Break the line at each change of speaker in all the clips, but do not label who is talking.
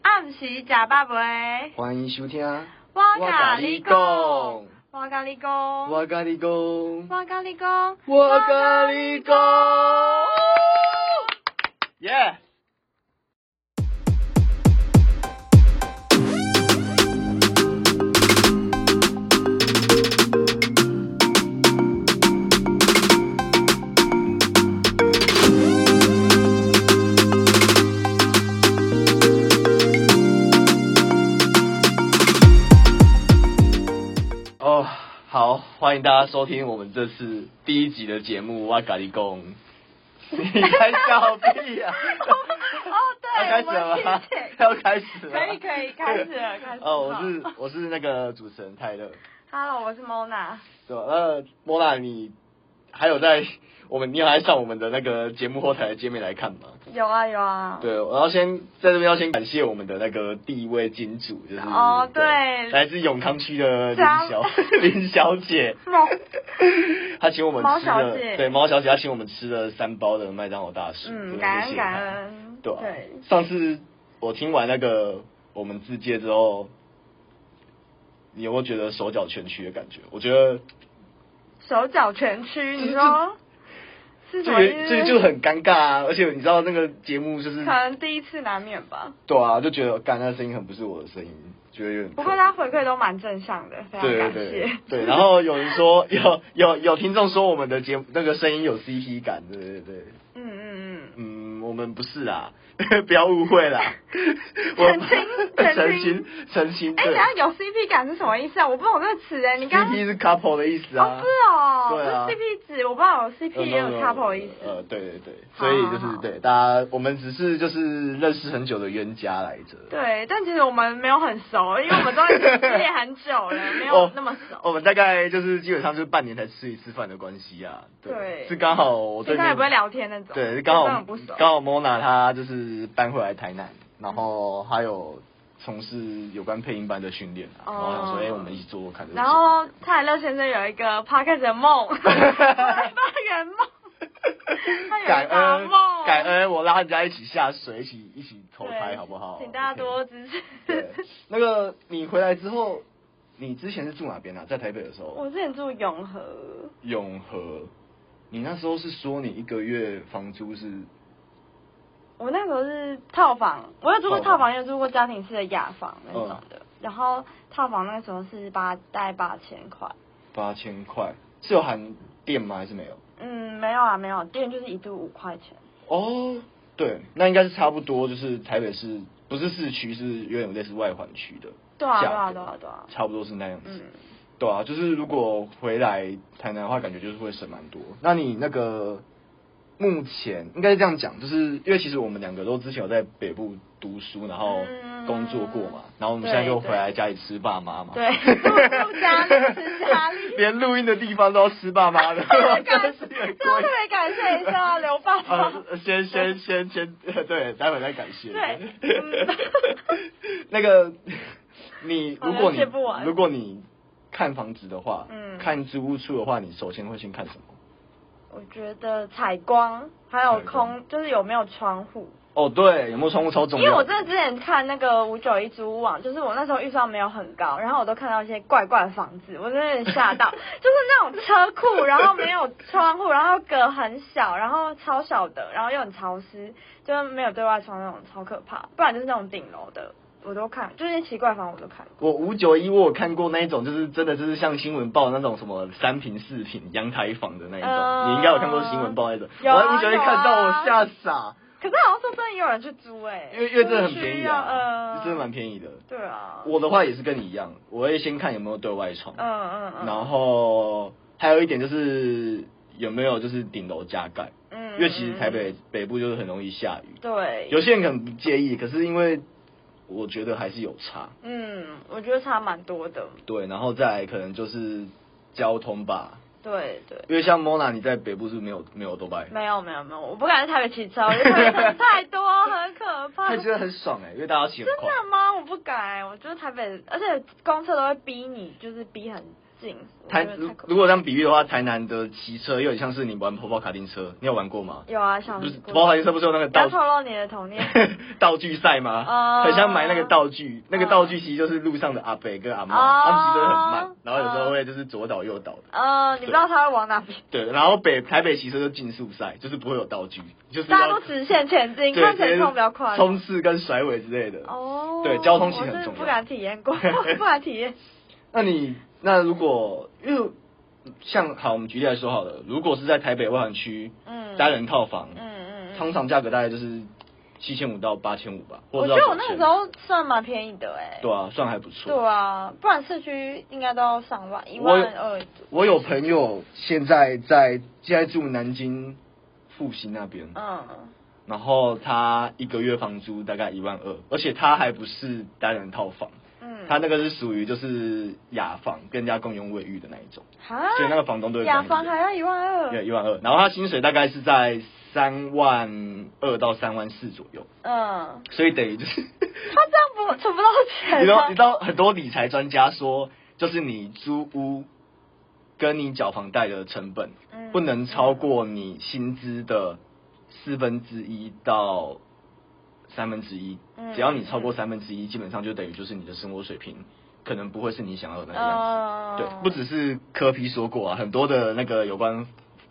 暗时食饱未？
欢迎收听。
我甲你讲，
我
我甲你讲，
我甲你讲，
我甲你讲，
我甲你讲。耶！哦，好，欢迎大家收听我们这次第一集的节目《我咖喱公》。你在笑屁 啊！
哦，对，
要开始了
我们
吗
谢谢？
要开始了吗
可以可以，开始了，开始了。
哦，我是我是那个主持人泰勒，
Hello，我是 Mona。
对吧？那莫娜，你还有在我们，你有来上我们的那个节目后台的界面来看吗？
有啊有啊。。
对，我要先在这边要先感谢我们的那个第一位金主，就是
哦对
来自永康区的林
张
小 林小姐，
猫
她请我们
猫
吃
小
了
姐
对猫小姐，她请我们吃了三包的麦当劳大薯，真的
嗯，
是
感
谢
恩
谢
感
她
恩。
对啊，上次我听完那个我们自介之后，你有没有觉得手脚全屈的感觉？我觉得
手脚全屈，
这
你 说是
这
什么
个
意思？
这就很尴尬啊！而且你知道那个节目就是
可能第一次难免吧。
对啊，就觉得干那声音很不是我的声音，觉得有点
不
痛。
过他回馈都蛮正向的，非常
对
感
对
谢
对。对，然后有人说 有有有听众说我们的节目那个声音有 CP 感，对对对，
嗯嗯嗯，
嗯，我们不是啦， 不要误 会啦，我
澄清澄
澄
清
清澄清，
哎，
对
等一下有 CP 感是什么意思啊？我不懂这个词哎，你刚刚
，CP 是 couple 的意思啊，
哦是哦，
对啊
不是 CP 值，哦我不知道有 CP
呃
也有
no, no,
couple 的意
呃，
思。
对对对，
好
所以
好
就是
好
对大家，我们只是就是认识很久的冤家来着。
对，但其实我们没有很 熟，因为我们都已经失恋很久了，没有
哦
那么
我
熟。
们大概就是基本上就是半年才吃一次饭的关系啊。
对
是刚好我对
平常也
面
不会聊天那种，
对，是刚
根本
好
不熟。
刚好 Mona 她就是搬回来台南，然后还有从事有关配音班的训练啊，
哦
然后想说哎、我们一起做做看这个节
然
目。
后蔡乐先生有一个 p o c a s t 的梦，我在发圆 梦，他有
感
一大
恩
梦，
感恩，我拉人家一起下水，一起一起投胎
对
好不好？
请大家
OK
多支持
对。，那个你回来之后，你之前是住哪边啊？在台北的时候，
我之前住永和，
永和。你那时候是说你一个月房租是
我那时候是套房，我有住过套房，也有住过家庭式的雅房那种的。
嗯
然后套房那时候是八大概八千块，
八千块，是有含电吗？还是没有？
嗯，没有啊，没有，电就是一度五块钱。
哦，对，那应该是差不多，就是台北市不是市区，是有点类似外环区的
对啊，
价
对啊，
格
对啊，对啊，
差不多是那样子。
嗯，
对啊，就是如果回来台南的话，感觉就是会省蛮多。那你那个目前应该是这样讲，就是因为其实我们两个都之前有在北部读书，然后
嗯
工作过嘛，然后我们
对
现在又回来家里吃爸妈嘛，。
嗯对，住家里吃家里
连录音的地方都要吃爸妈的， 真
感
的
谢，
是
这
很
要特
贵。
别感谢一下刘爸爸。
呃，先先先先， 对，待会再感谢。
对嗯
那个，你
好
如果
像
你
谢不完
如果你看房子的话，
嗯
看租屋处的话，你首先会先看什么？
我觉得采光还有
采光
空，就是有没有窗户，
哦，对，有没有窗户超重
因
要？
为我真的之前看那个五九一租屋网，就是我那时候预算没有很高，然后我都看到一些怪怪的房子，我真的有点吓 到，就是那种车库，然后没有窗户，然后隔很小，然后超小的，然后又很潮湿，就是没有对外窗那种，超可怕。不然就是那种顶楼的，我都看，就是那些奇怪房我都看。
我五九一我有看过那一种，就是真的就是像新闻报那种什么三平四平阳台房的那一种，
嗯
你应该有看过新闻报那种。
有啊
我五九一看到我吓傻，
可是好像说真的也有人去租哎、
因为因为真的很便
需
宜
要
啊，
呃，
真的蛮便宜的。
对啊，
我的话也是跟你一样，我会先看有没有对外窗，
嗯嗯嗯，
然后还有一点就是有没有就是顶楼加盖，
嗯，
因为其实台北北部就是很容易下雨，
对，
有些人可能不介意，可是因为我觉得还是有差。
嗯，我觉得差蛮多的，
对，然后再来可能就是交通吧，
对对。
因为像 Mona 你在北部是没有没有多拜，
没有没有没有，我不敢在台北骑车，我 觉得台北车太多，很可怕。
他
真
觉得很爽哎、因为大家骑很快。
的吗？我不敢、我觉得台北，而且公车都会逼你，就是逼很近。我觉
台
得
如
太可怕
如果这样比喻的话，台南的骑车有点像是你玩跑跑卡丁车，你有玩过吗？
有啊，想
不是跑跑卡丁车不是有那个
不要
道
透露你的童 年。
道具赛吗？
哦
很像买那个道具，那个
嗯
道具其实就是路上的阿伯跟阿妈，
哦
他们骑车很慢，然后有时
嗯
候会就是左倒右倒的。
呃，你不知道他会往哪边，
对，然后北台北骑车就竞速赛，就是不会有道具，就是
大家
要
都直线前进，
对
看谁
直接
冲比较快。
冲刺跟甩尾之类的。
哦，
对交通其实
我
很
真的
重要
不敢体验 过，不敢体验。
那你那如果因为像好，我们举例来说好了，如果是在台北外环区
嗯，
单人套房
嗯，嗯嗯，
通常价格大概就是七千五到八千五吧，或
我
者
觉得
到
我那个
9000
时候算蛮便宜的哎、
对啊，算还不错。
对啊，不然市区应该都要上万，一
我有
万二。
我有朋友现在在现在住南京复兴那边，
嗯，
然后他一个月房租大概一万二，而且他还不是单人套房，
嗯
他那个是属于就是雅房，跟人家共用卫浴的那一种，
哈，
所以那个房东都会
雅
管
房
理
还要一万二，
对一万二，然后他薪水大概是在三万二到三万四左右，
嗯，
所以等于就是。
他这样不存不到
你
钱啊
知道，你知
吗？
道很多理财专家说，就是你租屋跟你缴房贷的成本
嗯
不能超过你薪资的四分之一到三分之一
嗯。
只要你超过三分之一，基本上就等于就是你的生活水平可能不会是你想要的那个样子。
嗯，
对，不只是科皮说过啊，很多的那个有关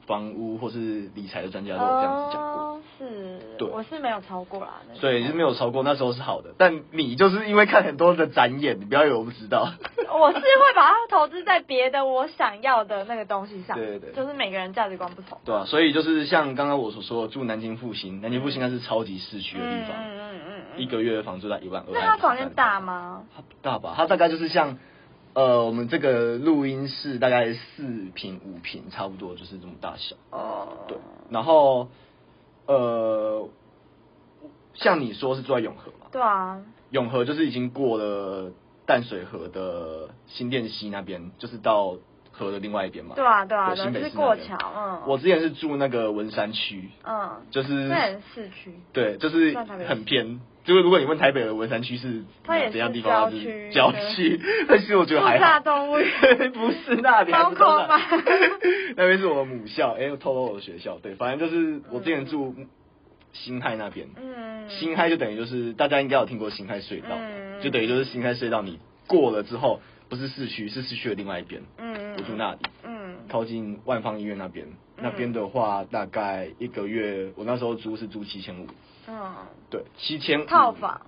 房屋或是理财的专家都有这样子讲过。
哦，是，
对
我是没有超过啦，那个
所以是没有超过，那时候是好的。但你就是因为看很多的展演，你不要以为我不知道。
我是会把它投资在别的我想要的那个东西上，
对对对
就是每个人价值观不同，
对啊，所以就是像刚刚我所说的，住南京复兴，南京复兴那是超级市区的地
嗯
方，
嗯嗯嗯，
一个月的房租在一万二。
那它房间大？吗？
它不大吧，它大概就是像呃我们这个录音室大概四平五平差不多，就是这么大小。
哦，
对，然后呃，像你说是住在永和嘛，
对啊，
永和就是已经过了淡水河的新店溪那边，就是到河的另外一边嘛。
对啊对啊，对
有新
啊，就
北
是
市那
过
边
桥，嗯，
我之前是住那个文山区，
嗯，
就是
那很市区，
对，就是
算台北市
很偏。就是如果你问台北的文山区是
它也是
怎样地方，它
郊
是
区
郊
对
区， 但是我觉得还
大
好。
动物园，
不是那边，还不是
猫空
那
吗
那边是我母校，哎、我透露我的学校，对，反正就是我之前住新海那边，
嗯，
新海就等于就是大家应该有听过新海隧道，
嗯
就等于就是新海隧道你过了之后，不是市区，是市区的另外一边，
嗯，嗯
我住那里，
嗯，
靠近万方医院那边，那边
嗯
的话大概一个月，我那时候租是租七千五，
嗯，
对，七千
套房，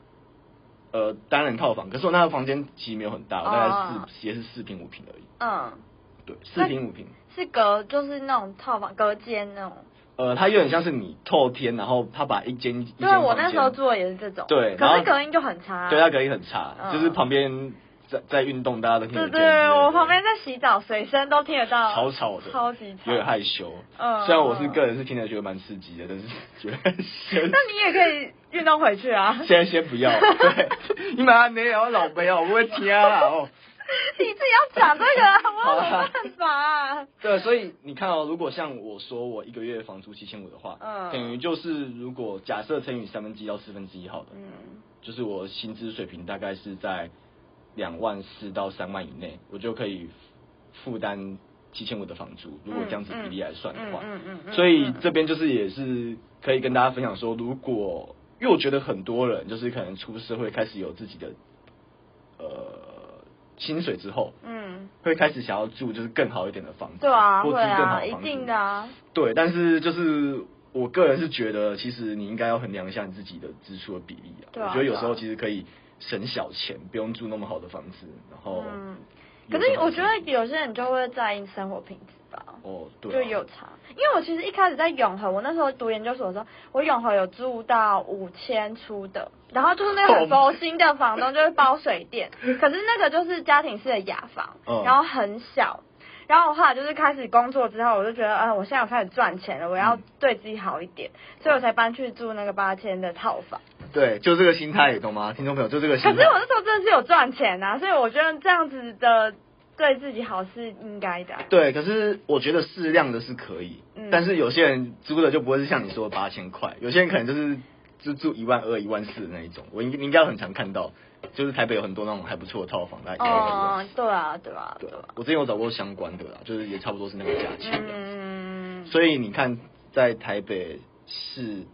呃，单人套房，可是我那个房间其实没有很大，我大
哦
概四也是四平五平而已，
嗯，
对，四
那
平五平。
是隔就是那种套房隔间那种，
呃，它有点像是你透天，然后他把一间一间
对我
房
那
间
时候住的也是这种，
对然
可
后
是隔音就很差，
对它隔音很差，
嗯
就是旁边在在运动，大家都听得
对
见之类的。
对，我旁边在洗澡，随身都听得到，
吵吵的，
超级吵
有点害羞。
嗯
虽然我是个人是听着觉得蛮刺激的，但是觉得很羞
那你也可以运动回去 啊。
现在先不 要，对，你马上没有老妹哦，我不会听啦哦。
你自己要讲这个啊，我
好
有
啦
什么办法啊？
对，所以你看哦，如果像我说我一个月房租七千五的话，
嗯
等于就是如果假设乘以三分之一到四分之一好了，
嗯
就是我薪资水平大概是在两万四到三万以内，我就可以负担七千五的房租。如果这样子比例来算的话，
嗯嗯嗯嗯嗯
所以这边就是也是可以跟大家分享说，如果因为我觉得很多人就是可能出社会开始有自己的呃薪水之后，
嗯，
会开始想要住就是更好一点的房子，
对啊，
或住
会
更好
啊，
的
一
房子
定的啊。
对，但是就是我个人是觉得，其实你应该要衡量一下你自己的支出的比例啊。
对啊
我觉得有时
对
候
啊
其实可以省小钱，不用住那么好的房子，然后
嗯，
有
可
更
是
好
我
的生活。
觉得有些人就会在意生活品质吧。
哦，对、啊，
就有差，因为我其实一开始在永和，我那时候读研究所的时候，我永和有住到五千出的，然后就是那个很佛心的房东就是包水 电，可是那个就是家庭式的雅房
嗯，
然后很小，然后我后来就是开始工作之后，我就觉得，啊，我现在有开始赚钱了，我要
嗯
对自己好一点，所以我才搬去住那个八千的套房。
对，就这个心态，懂吗？听众朋友，就这个心
可
态。
是我那时候真的是有赚钱呐、所以我觉得这样子的对自己好是应该的啊。
对，可是我觉得适量的是可以，
嗯
但是有些人租的就不会是像你说的八千块，有些人可能就是就住一万二、一万四那一种，我应你应该很常看到，就是台北有很多那种还不错的套房，大家也有很多。
哦，对啊，对啊，
对
对啊，，
我之前有找过相关的啦，就是也差不多是那个价钱的。
嗯，
所以你看，在台北市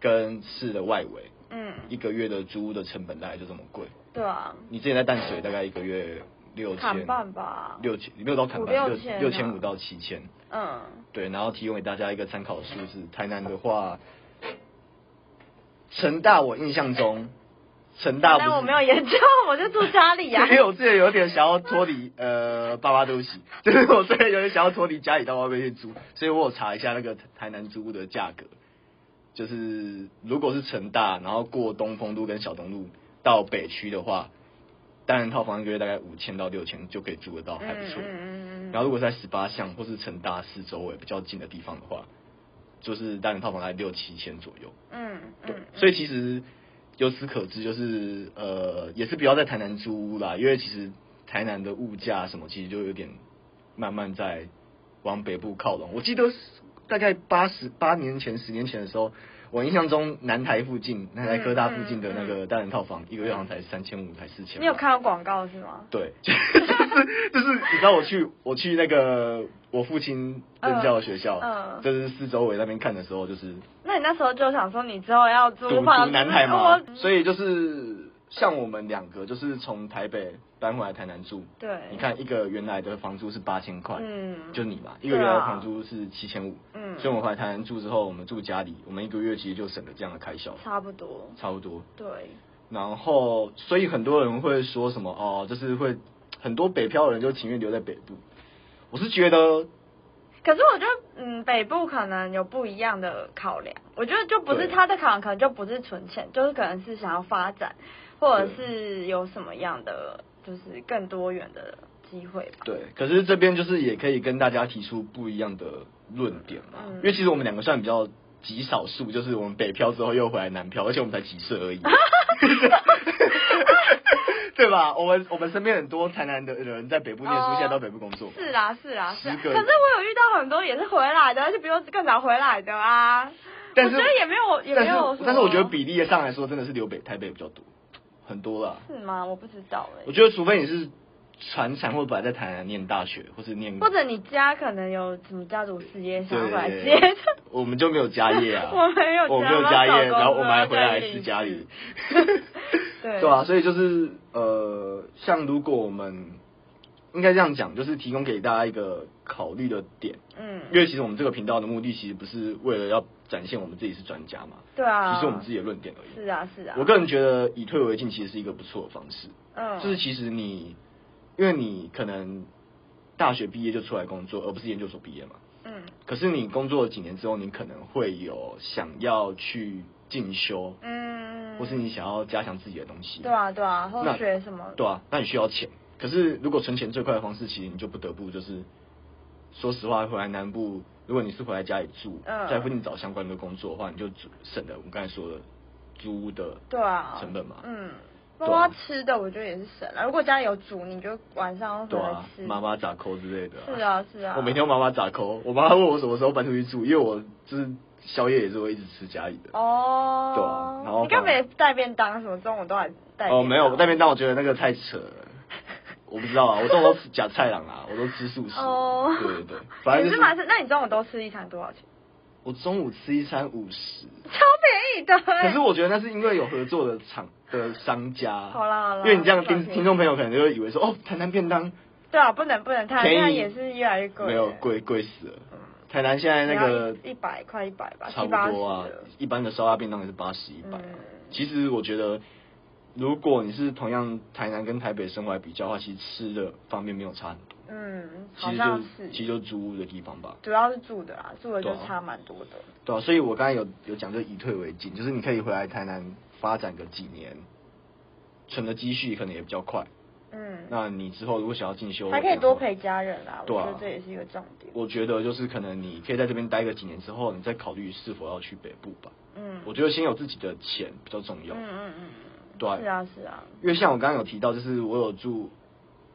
跟市的外围，
嗯，
一个月的租屋的成本大概就这么贵。
对啊，
你之前在淡水大概一个月六
砍
千，
半吧，
六千没有到砍
五
半，
六
六
千啊
六千五到七千，
嗯，
对，然后提供给大家一个参考数字。台南的话，成大我印象中，成大不
但
是
我没有研究，我就住家里 呀、
因为我之前有点想要脱离，呃，爸爸对不起，就是我之前有点想要脱离家里到外面去租，所以我有查一下那个台南租屋的价格，就是如果是成大，然后过东风路跟小东路到北区的话，单人套房一个月大概五千到六千就可以住得到，哦还不
嗯
错。
嗯嗯嗯嗯，
然后如果在十八巷或是成大四周围比较近的地方的话，就是单人套房大概六七千左右。
嗯
对
嗯，，
所以其实由此可知，就是呃，也是不要在台南租屋啦，因为其实台南的物价什么，其实就有点慢慢在往北部靠拢。我记得是大概八十八年前、十年前的时候，我印象中南台附近、
嗯
南台科大附近的那个单人套房，一个月好像才三千五、才四千。
你有看到广告是吗？
对， 就是就是，你知道我去我去那个我父亲任教的学校，
嗯嗯
就是四周围那边看的时候，就是
那你那时候就想说你之后要租
独独
房哦
南台嘛
我，
所以就是像我们两个，就是从台北搬回来台南住，
对，
你，看一个原来的房租是八千块，
嗯，
就你嘛，一个原来的房租是七千五，
嗯
所以我们回来台南住之后，我们住家里，我们一个月其实就省了这样的开销，
差不多，
差不多。
对，
然后，所以很多人会说什么哦，就是会很多北漂的人就情愿留在北部。我是觉得
可是我觉得，嗯，北部可能有不一样的考量。我觉得就不是
对
他的考量，可能就不是存钱，就是可能是想要发展，或者是有什么样的，就是更多元的机会吧。
对，可是这边就是也可以跟大家提出不一样的论点嘛，
嗯
因为其实我们两个算比较极少数，就是我们北漂之后又回来南漂，而且我们才几 岁而已，对吧？我们我们身边很多台南的人在北部念书，
哦
现在到北部工作，
是啦，是啦，是啦。啊
十
可
个
是我有遇到很多也是回来的，而且比我更早回来的啊。
但是
我觉得也没有，也
但
没
是
有什么
但是我觉得比例上来说，真的是留北台北比较多，很多啦。
是吗？我不知道哎、
我觉得除非你是传产或本来在台南念大学，或是念
或者你家可能有什么家族事业想要
对
回来
对
接
对
的。，，
我们就没有家业 啊
我没有
我没有
家
家
我老
业，
公
然后我
没有
们还回来
家业
吃家里，
对
对啊，所以就是呃，像如果我们应该这样讲，就是提供给大家一个考虑的点，
嗯，
因为其实我们这个频道的目的其实不是为了要展现我们自己是专家嘛，
对啊，
只是我们自己的论点而已。
是啊，是啊。
我个人觉得以退为进其实是一个不错的方式，
嗯，
就是其实你，因为你可能大学毕业就出来工作，而不是研究所毕业嘛。
嗯
可是你工作了几年之后，你可能会有想要去进修，
嗯，
或是你想要加强自己的东西。
对啊对啊，或
那
学什么
对啊，那你需要钱。可是如果存钱最快的方式，其实你就不得不就是，说实话，回来南部，如果你是回来家里住，
嗯
在附近找相关的工作的话，你就只省了我们刚才说的租屋的
对啊
成本嘛。
嗯，
对
包
啊
括吃的，我觉得也是省了。如果家里有煮，你就晚上回
对
来
啊，
吃。
妈妈咋扣之类的、
是啊是啊
我每天妈妈咋扣，我妈问我什么时候搬出去住，因为我就是宵夜也是会一直吃家里的。
哦，
对啊然后
你根本也带便当，什么中午都还带便当。
哦，没有，我那边但我觉得那个太扯了，我不知 道啊，我中午都吃假菜郎啊，我都吃素食。
哦，
对对对，反正
你
就是
蛮省。那你中午都吃一餐多少钱？
我中午吃一餐五十，
超便宜的欸。
可是我觉得那是因为有合作的厂的商家。
好啦好啦
因为你这样
放
听
心
听众朋友可能就会以为说，哦，台南便当
对啊，不能不能太，
便宜
现在也是越来越贵。嗯
没有，贵贵死了。台南现在那个
一百块一百吧，
差
七
不
八十
多啊
了。，
一般的烧鸭便当也是八十一百啊
嗯。
其实我觉得，如果你是同样台南跟台北生活来比较的话，其实吃的方面没有差很多。
嗯，
其
好
实
像。
就是其实就租屋的地方吧，
主要是住的啦，住的就
对啊
差蛮多的。
对啊，所以我刚才有有讲，就以退为进，就是你可以回来台南发展个几年，存的积蓄可能也比较快。
嗯，
那你之后如果想要进修，
还可以多陪。家人啦，
对
我
啊
觉得这也是一个重点。
我觉得就是可能你可以在这边待个几年之后，你再考虑是否要去北部吧。
嗯，
我觉得先有自己的钱比较重
嗯
要，
嗯嗯，
对啊
是啊是啊，
因为像我刚刚有提到，就是我有住，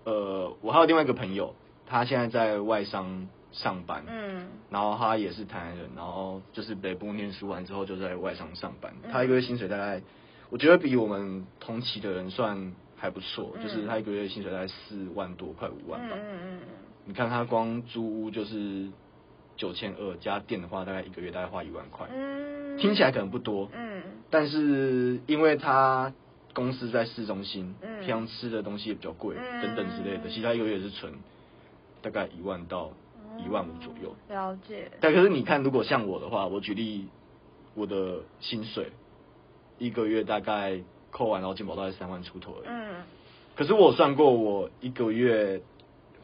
呃，我还有另外一个朋友，他现在在外商上班，
嗯
然后他也是台南人，然后就是北部念书完之后就在外商上班，
嗯
他一个月薪水大概，我觉得比我们同期的人算还不错，就是
嗯
他一个月薪水大概四万多，快五万
嗯
吧。
嗯嗯
你看他光租屋就是九千二，加电的话大概一个月大概花一万块，
嗯，
听起来可能不多，
嗯
但是因为他公司在市中心，
嗯
平常吃的东西也比较贵，
嗯
等等之类的，其实他一个月也是存大概一万
哦
到一万五左右。
了解，
但可是你看，如果像我的话，我举例我的薪水一个月大概扣完劳健保大概三万出头而已。
嗯
可是我有算过，我一个月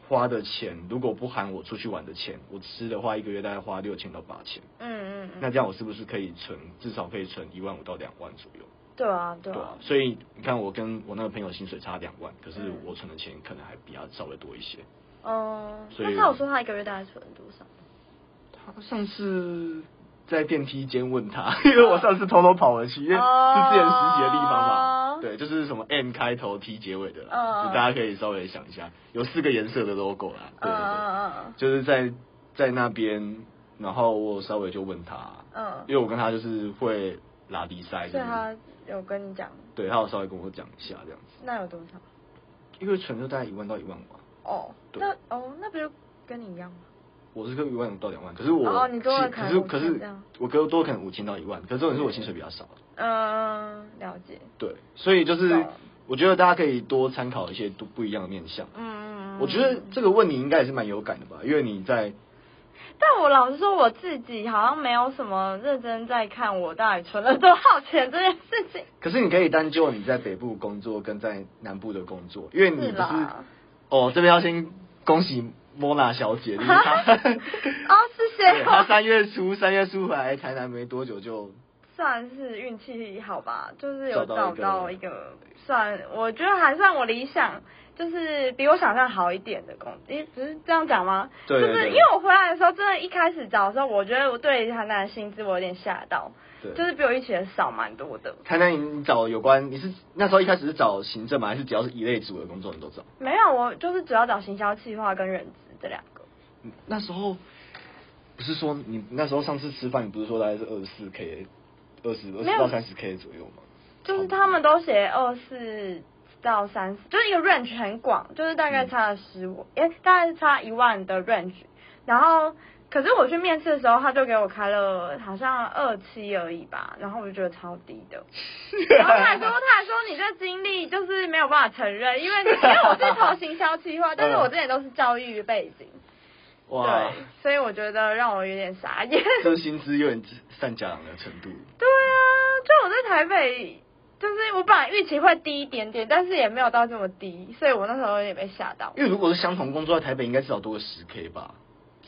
花的钱，如果不含我出去玩的钱，我吃的话，一个月大概花六千到八千。
嗯嗯，嗯
那这样我是不是可以存，至少可以存一万五到两万左右？
对啊对
对
啊
啊，，所以你看，我跟我那个朋友薪水差两万，可是
嗯
我存的钱可能还比他稍微多一些。
嗯，
啊所以
那他有说他一个月大概存多少？
他上次在电梯间问 他，因为我上次偷偷跑回去，因为是之前实习的地方嘛
哦，
对，就是什么 M 开头 T 结尾的啦，
嗯
就大家可以稍微想一下，有四个颜色的 logo 啦，对对对，
嗯嗯
就是在在那边，然后我稍微就问他，
嗯嗯，
因为我跟他就是会拉低塞，就
所以
是
他有跟你讲，
对他有稍微跟我讲一下这样子，
那有多少？
因为存就大概一万到一万五啊。
哦，
对
那哦，那不就跟你一样吗？
我是跟一万五到两万，可是我
哦你多了可
可
能
是
5000
可是
这样
我哥多可能五千到一万，可是重点是我薪水比较少，
嗯，了解，
对，所以就是
懂
我觉得大家可以多参考一些都不一样的面向。
嗯，嗯嗯
我觉得这个问你应该也是蛮有感的吧，因为你在
但我老实说，我自己好像没有什么认真在看我到底存了多少钱这件事情。
可是你可以单就你在北部工作跟在南部的工作，因为你
是
不
啦，
哦，这边要先恭喜莫娜小姐，就 是她，
哦，谢
对
谢
她
哦，
三月初三月初回来台南没多久就
算是运气好吧，就是有
找到
找
一个
到一个算，我觉得还算我理想，就是比我想象好一点的工作。诶，不是这样讲吗？
对对
就是
对
因为我回来的时候，真的一开始找的时候，我觉得我对台南的薪资我有点吓到，
对，
就是比我预期的少蛮多的。
台南你找有关，你是那时候一开始是找行政吗？还是只要是一类组的工作你都找？
没有，我就是主要找行销计划跟人资这两个。
嗯那时候不是说你那时候上次吃饭，你不是说大概是二十四 K，二十二
没
十
有
到三十 K 左右吗？
就是他 们都写二四到三十，就是一个 range 很广，就是大概差了十五、诶，大概是差一万的 range。然后，可是我去面试的时候，他就给我开了好像二七而已吧，然后我就觉得超低的。然后他还说，他还说你这经历就是没有办法承认，因为因为我是投行销计划，但是我之前都是教育背景，
哇
对，，所以我觉得让我有点傻眼。
这薪资有点散家长的程度。
对啊，就我在台北，就是我本来预期会低一点点，但是也没有到这么低，所以我那时候也被吓到。
因为如果是相同工作在台北，应该至少多个十 K 吧，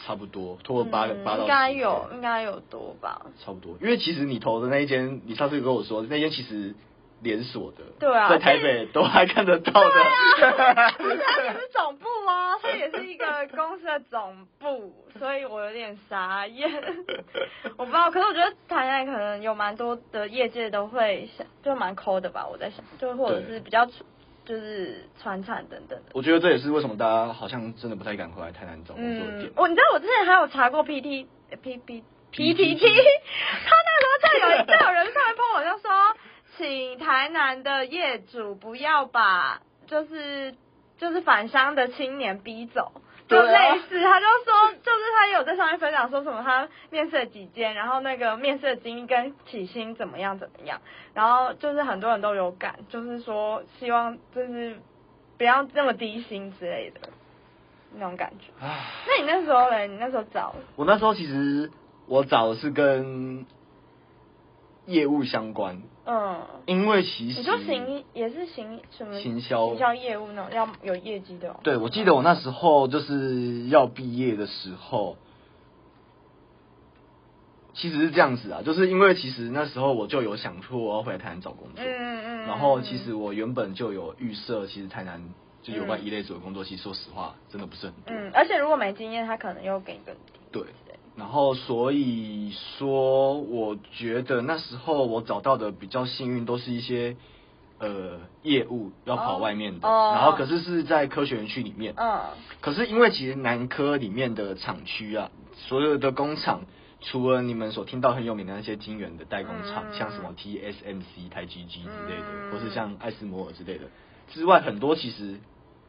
差不多，多个八个
嗯
八到10 K
应该有，应该有多 吧？
差不多，因为其实你投的那一间，你上次有跟我说那间其实连锁的，
对嗯啊
在台北都还看得到的，
而且它也是总部啊，它也是一个公司的总部，所以我有点傻 眼。我不知道，可是我觉得台南可能有蛮多的业界都会想，就蛮抠的吧。我在想，就或者是比较就是传产等等的。
我觉得这也是为什么大家好像真的不太敢回来台南找工作
嗯
的点，。
我你知道我之前还有查过 PT P P P T T，
PTT
他那时候就有就有人上来 po 我就说，请台南的业主不要把就是就是返乡的青年逼走。就
对啊
类似，他就说，就是他也有在上面分享说什么他面试了几间，然后那个面试的经历跟起薪怎么样怎么样，然后就是很多人都有感，就是说希望就是不要那么低薪之类的那种感觉。
唉
那你那时候嘞？你那时候找
我那时候其实我找的是跟业务相关，
嗯，
因为其实
你说行也是行什么
行销
行销业务那种要有业绩的、哦。
对，我记得我那时候就是要毕业的时候，其实是这样子啊，就是因为其实那时候我就有想说我要回台南找工
嗯
作，
嗯嗯。
然后其实我原本就有预设，其实台南就有关一类组的工作，其实说实话真的不是很多，
嗯，而且如果没经验，他可能又给你更低。
对。然后所以说，我觉得那时候我找到的比较幸运，都是一些呃业务要跑外面的，
哦哦
然后可是是在科学园区里面，
嗯
可是因为其实南科里面的厂区啊，所有的工厂除了你们所听到很有名的那些晶圆的代工厂，
嗯
像什么 TSMC、台积机之类的，
嗯
或是像艾斯摩尔之类的之外，很多其实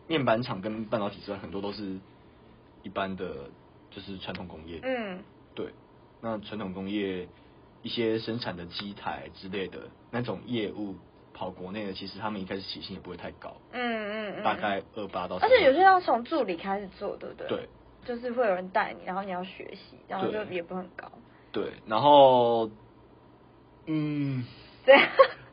面板厂跟半导体之外，很多都是一般的，就是传统工业。
嗯
对，那传统工业一些生产的机台之类的那种业务跑国内的，其实他们一开始起薪也不会太高，
嗯嗯嗯，
大概二八到32。
而且有些要从助理开始做，对不对？
对，
就是会有人带你，然后你要学习，然后就
对
也不会很高。
对，然后嗯，
对，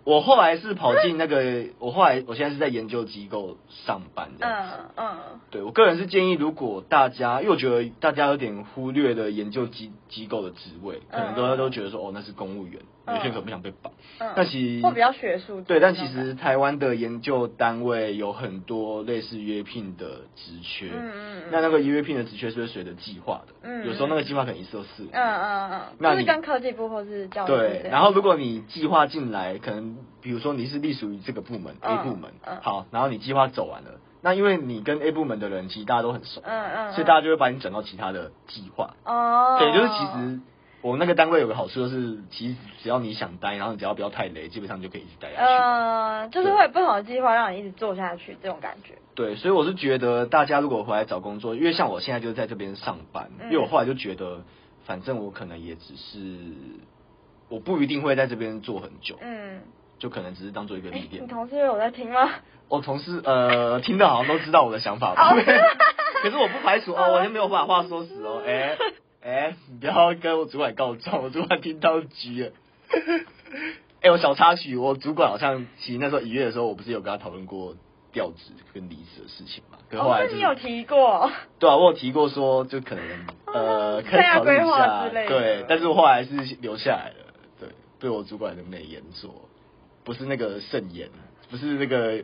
我后来是跑进那个，我后来我现在是在研究机构上班这样子。
嗯嗯
对我个人是建议，如果大家，因为我觉得大家有点忽略了研究机机构的职位，可能大家都觉得说，哦，那是公务员，有些人可能不想被绑。
嗯，
但其
会比较学术。
对，但其实台湾的研究单位有很多类似约聘的职缺，
嗯嗯嗯
那那个约聘的职缺是会随着计划的，
嗯
有时候那个计划可能一次都四五
嗯嗯嗯，
那
就是
你
跟科技部或是教育部
对
这，样
然后如果你计划进来，可能比如说你是隶属于这个部门、
嗯
A 部门
嗯，
好，然后你计划走完了，那因为你跟 A 部门的人其实大家都很熟，
嗯嗯，
所以大
家
家就会把你转到其他的计划。
哦，
对，就是其实我那个单位有个好处，就是其实只要你想待，然后你只要不要太累，基本上就可以一直待下去。
呃，就是会有不同的计划让你一直做下去这种感觉。
对，所以我是觉得大家如果回来找工作，因为像我现在就是在这边上班，
嗯
因为我后来就觉得，反正我可能也只是，我不一定会在这边做很久，
嗯，
就可能只是当做一个
哎
历练
你。同事有在听吗？
我同事呃听的好像都知道我的想法
哦
吧， 可是我不排除哦，我就没有把话说死哦，哎、哎、你不要跟我主管告状，我主管听到急了。哎、我小插曲，我主管好像其实那时候一月的时候，我不是有跟他讨论过调职跟离职的事情嘛？可是后
哦，
来、
那
就是
你有提过？
对啊，我有提过说就可能呃可以
生涯哦
考虑
规
一
划
下，
之类的
对，但是我后来是留下来了，对，被我主管的美颜所，不是那个慎言，不是那个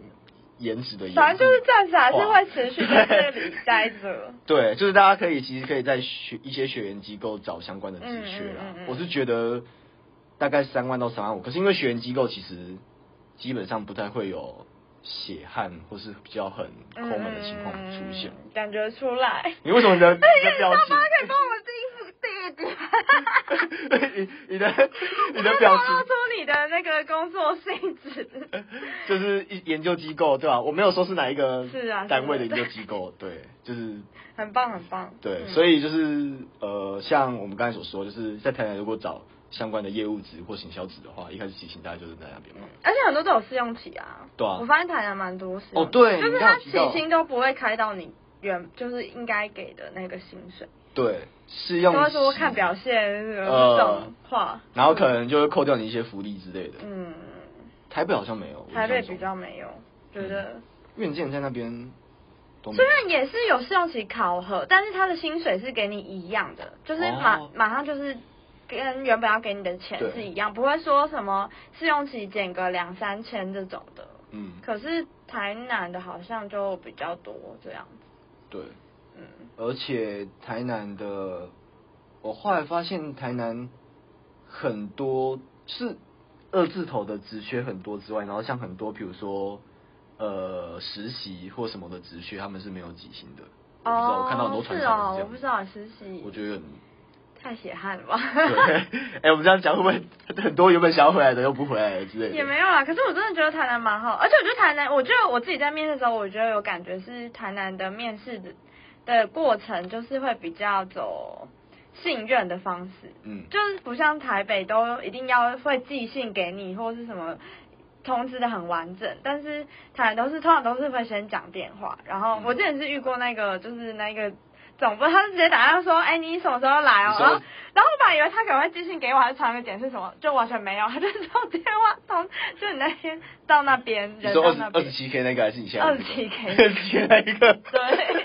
颜值的颜，
反正就是暂时还是
哇
会持续在这里待着。
对，就是大家可以其实可以在学一些学员机构找相关的职缺啦。
嗯嗯嗯嗯
我是觉得大概三万到三万五，可是因为学员机构其实基本上不太会有血汗或是比较很抠门的情况出现。
嗯，哎感觉出来。
你为什么你的你的表
大
情？
家可以帮我们定定一点。
你你的你的表
我透露
情
出你的那个工作性质。
就是一研究机构对吧、我没有说是哪一个
是啊是啊
单位的研究机构，对，就是
很棒，很棒。
对，
嗯
所以就是呃，像我们刚才所说，就是在台南如果找相关的业务职或行销职的话，一开始起薪大概就是在那边嘛。
而且很多都有试用期啊。
对啊
我发现台南蛮多试用期
哦对
就
你
是
刚
它
刚提到
起薪都不会开到你原就是应该给的那个薪水，
对，试
都
用
会说
期
看表现什么
呃
这种话。
然后可能就会扣掉你一些福利之类的。
嗯，
台北好像没有，
台北
我印象
比
中，
较没有，觉得。
因为你之前在那边都没
虽
有。
然也是有试用期考核，但是他的薪水是给你一样的，就是马、
哦
马上就是跟原本要给你的钱
对
是一样，不会说什么试用期减个两三千这种的。
嗯，
可是台南的好像就比较多这样子，
对，
嗯，
而且台南的，我后来发现台南很多是二字头的职缺很多之外，然后像很多比如说呃实习或什么的职缺，他们是没有几薪的。我不知道，我看到很多传
是
产
哦
是，这
我
样
不知道实习
我觉得很
太血汗了吧？
对， 哎、 我们这样讲会不会很多原本想要回来的又不回来了之类的？
也没有啦，可是我真的觉得台南蛮好，而且我觉得台南，我觉得我自己在面试的时候，我觉得有感觉是台南的面试的的过程，就是会比较走信任的方式，
嗯，
就是不像台北都一定要会寄信给你或是什么通知的很完整，但是台南都是通常都是会先讲电话，然后
嗯
我之前是遇过那个就是那个总部，他是直接打电话说，哎、你什么时候来哦
你？
然
说
后然后我本来以为他可能会寄信给我，还是传个简讯什么，就完全没有，他就用电话通，就你那天到那边，
你
人
说
到
二十
那
二十
边。
七 K 那个还是你现在
27 K
二十七 K 那一个？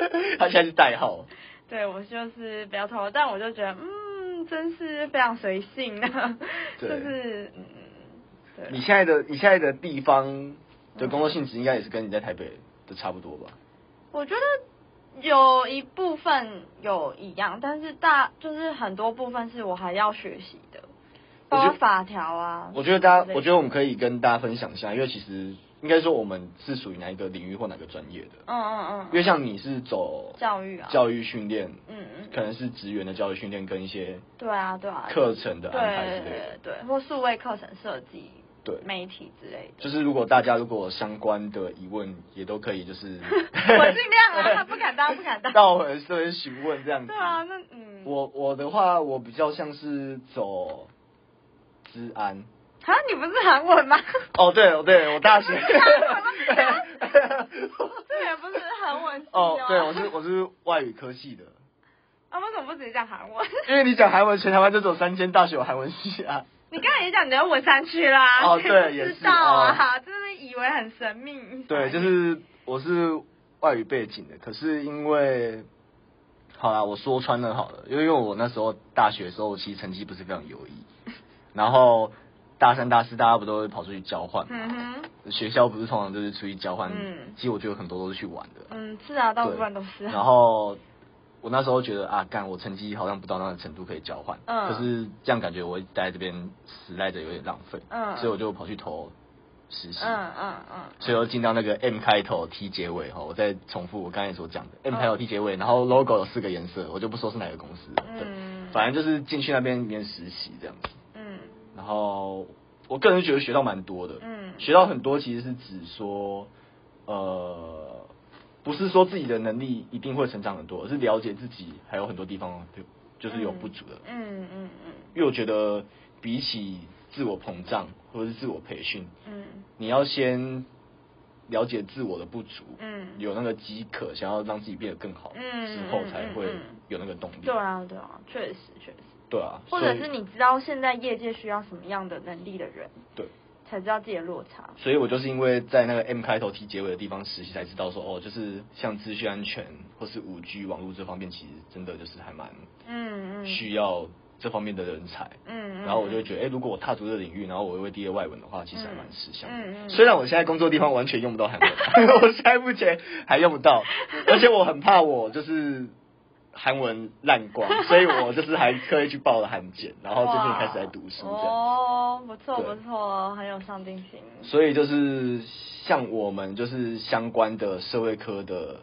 对，
他现在是代号。
对我就是比较头，但我就觉得，嗯，真是非常随性啊， 就
对
是嗯，对啊。
你现在的你现在的地方的工作性质应该也是跟你在台北的差不多吧？
我觉得有一部分有一样，但是大就是很多部分是我还要学习的，
我
包
觉得
括法条啊。
我觉得大
之类
家，
的
我觉得我们可以跟大家分享一下，因为其实应该说我们是属于哪一个领域或哪个专业的。
嗯嗯嗯，
因为像你是走
教育啊，
教育训练，
嗯嗯，
可能是职员的教育训练跟一些
对啊对啊，
课程的
对
安排之类的。
对对，或数位课程设计、
对，
媒体之类的。
就是如果大家如果有相关的疑问，也都可以就是
我尽量啊，不敢当不敢当。
到我们这边询问这样子。
对啊，那嗯，
我我的话，我比较像是走治安。
啊，你不是韩文 吗？
哦，对哦，对，我大学。
这也不是韩文系
哦，对，
吗
我是我是外语科系的，
啊，为什么不直接讲韩文？
因为你讲韩文，全台湾就只有三间大学有韩文系啊。
你刚才也讲你在文山区啦，
哦
谁
对
不
也
知
是哦
道啊，真的以为很神秘。
对，就是我是外语背景的，可是因为，好啦，我说穿了好了，因为因为我那时候大学的时候，其实成绩不是非常优异，然后大三大四大家不都会跑出去交换
嗯
嘛，
哼，
学校不是通常就是出去交换，
嗯
其实我觉得很多都是去玩的，
嗯，是啊，大部
对
分都是啊。
然后我那时候觉得啊，干我成绩好像不到那个程度可以交换，
嗯
可是这样感觉我会待在这边死赖着有点浪费，
嗯
所以我就跑去投实习，
嗯嗯嗯，
所以又进到那个 M 开头 T 结尾哈，我再重复我刚才所讲的
嗯
M 开头 T 结尾，然后 logo 有四个颜色，我就不说是哪个公司了，
嗯
对，反正就是进去那边里面实习这样子，
嗯
然后我个人觉得学到蛮多的，
嗯
学到很多其实是指说，呃，不是说自己的能力一定会成长很多，而是了解自己还有很多地方就就是有不足的，
嗯嗯嗯
因为我觉得比起自我膨胀或者是自我培训，
嗯
你要先了解自我的不足，
嗯，
有那个饥渴，想要让自己变得更好，
嗯
之后才会
嗯嗯嗯
有那个动力。
对啊对啊，确实确实，
对啊，
或者
所
是
以
你知道现在业界需要什么样的能力的人，
对，
才知道自己的落差。
所以我就是因为在那个 M 开头 T 结尾的地方实习，才知道说哦，就是像资讯安全或是五 G 网络这方面，其实真的就是还蛮
嗯嗯
需要这方面的人才。
嗯，嗯
然后我就会觉得，哎、如果我踏足这个领域，然后我又会第二外文的话，其实还蛮吃香的。
嗯嗯嗯
虽然我现在工作地方完全用不到韩文， 我现在目前还用不到，而且我很怕我就是韩文烂光，所以我就是还特意去报了韩检，然后最近开始在读书这样。
哇哦，不错
对
不错，很有上进心。
所以就是像我们就是相关的社会科的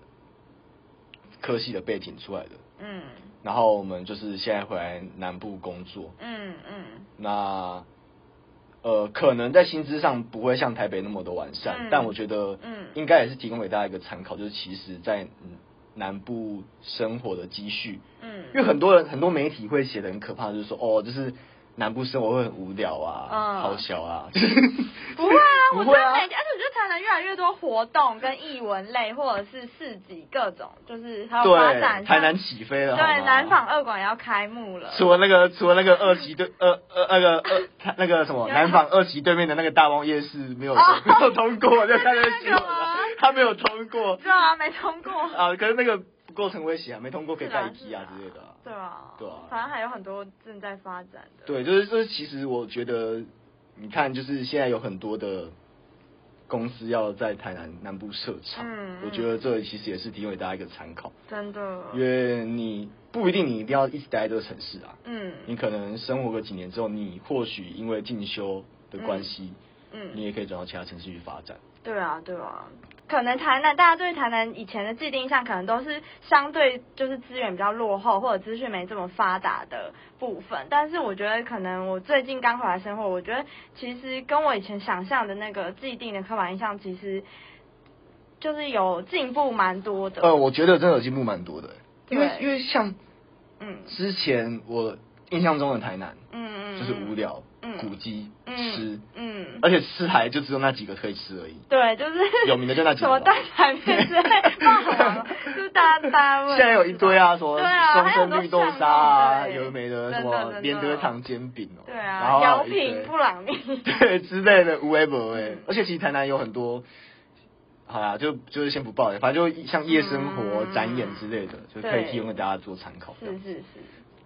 科系的背景出来的，
嗯
然后我们就是现在回来南部工作，
嗯嗯
那呃，可能在薪资上不会像台北那么的完善，
嗯
但我觉得
嗯
应该也是提供给大家一个参考，就是其实在嗯南部生活的积蓄，
嗯，
因为很多人很多媒体会写的很可怕，就是说哦，就是南部生活会很无聊啊，
嗯
好小啊，
不会啊，我
不
觉
会
得
啊
每天，而且我觉得台南越来越多活动跟艺文类或者是市集各种，就是还有发展像。
对，台南起飞了，
对
好啊吗
南纺二馆也要开幕了。
除了那个，除了那个二 期对，呃呃那个呃他那个什么
有
南纺二期对面的那个大汪夜市 没有、
哦
没有通过，就看那个新
那
闻
个吗
了，他没有通 过
对啊，没通过。
啊，可是那个不构成威胁啊，没通过可以盖一批啊之类 的、啊。
对啊，
对啊
反正还有很多正在发展的。
对，就是就是，其实我觉得，你看，就是现在有很多的公司要在台南南部设厂，
嗯嗯
我觉得这其实也是提供给大家一个参考，
真的。
因为你不一定你一定要一直待在这个城市啊，
嗯
你可能生活个几年之后，你或许因为进修的关系，你
嗯，
也可以转到其他城市去发展。
对啊对啊。可能台南大家对台南以前的既定印象，可能都是相对就是资源比较落后，或者资讯没这么发达的部分。但是我觉得，可能我最近刚回来生活，我觉得其实跟我以前想象的那个既定的刻板印象，其实就是有进步蛮多的。
呃，我觉得真的有进步蛮多的，因为
对
因为像
嗯
之前我印象中的台南，
嗯嗯，
就是无聊、
嗯
古迹、
嗯
吃，
嗯，
而且吃还就只有那几个可以吃而已。
对，就是
有名的就那 几
什么
个
蛋挞面之类，爆红了，就是大家大家问。
现在有一堆啊，什么
对啊
双
还有很
生
多
绿豆沙
巷弄
啊，
对
有的没的什
真的真
么
的
连德堂煎饼哦，
对
然
啊，
后
姚
还有一
平
堆
布朗尼。
对之类的无为不为
嗯，
而且其实台南有很多，好啦，就就是先不报了，反正就像夜生活、
嗯
展演之类的，就可以
对
提供给大家做参考。这
是
样
是是，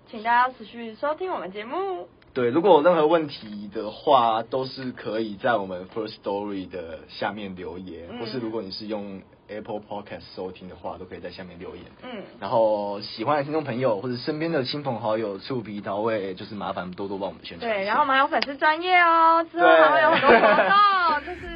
请大家持续收听我们节目。
对，如果有任何问题的话，都是可以在我们 First Story 的下面留言，
嗯
或是如果你是用 Apple Podcast 收听的话，都可以在下面留言。
嗯，
然后喜欢的听众朋友或者身边的亲朋好友触鼻到位，就是麻烦多多帮我们宣传一下。
对，然后我们还有粉丝专业哦，之后还会有很多活动，就是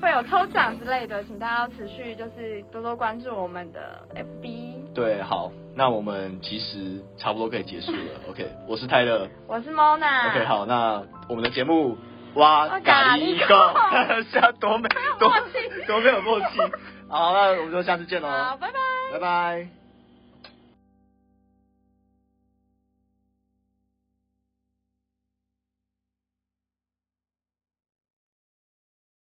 会有抽奖之类的，请大家要持续就是多多关注我们的 FB。
对，好，那我们其实差不多可以结束了。OK，我是泰勒。
我是 Mona。
OK，好，那我们的节目哇
哇
咖喱
咖
够，是啊，多没
没有
多
默契
多没有默契。好，那我们就下次见喽，
好，拜拜。
拜拜。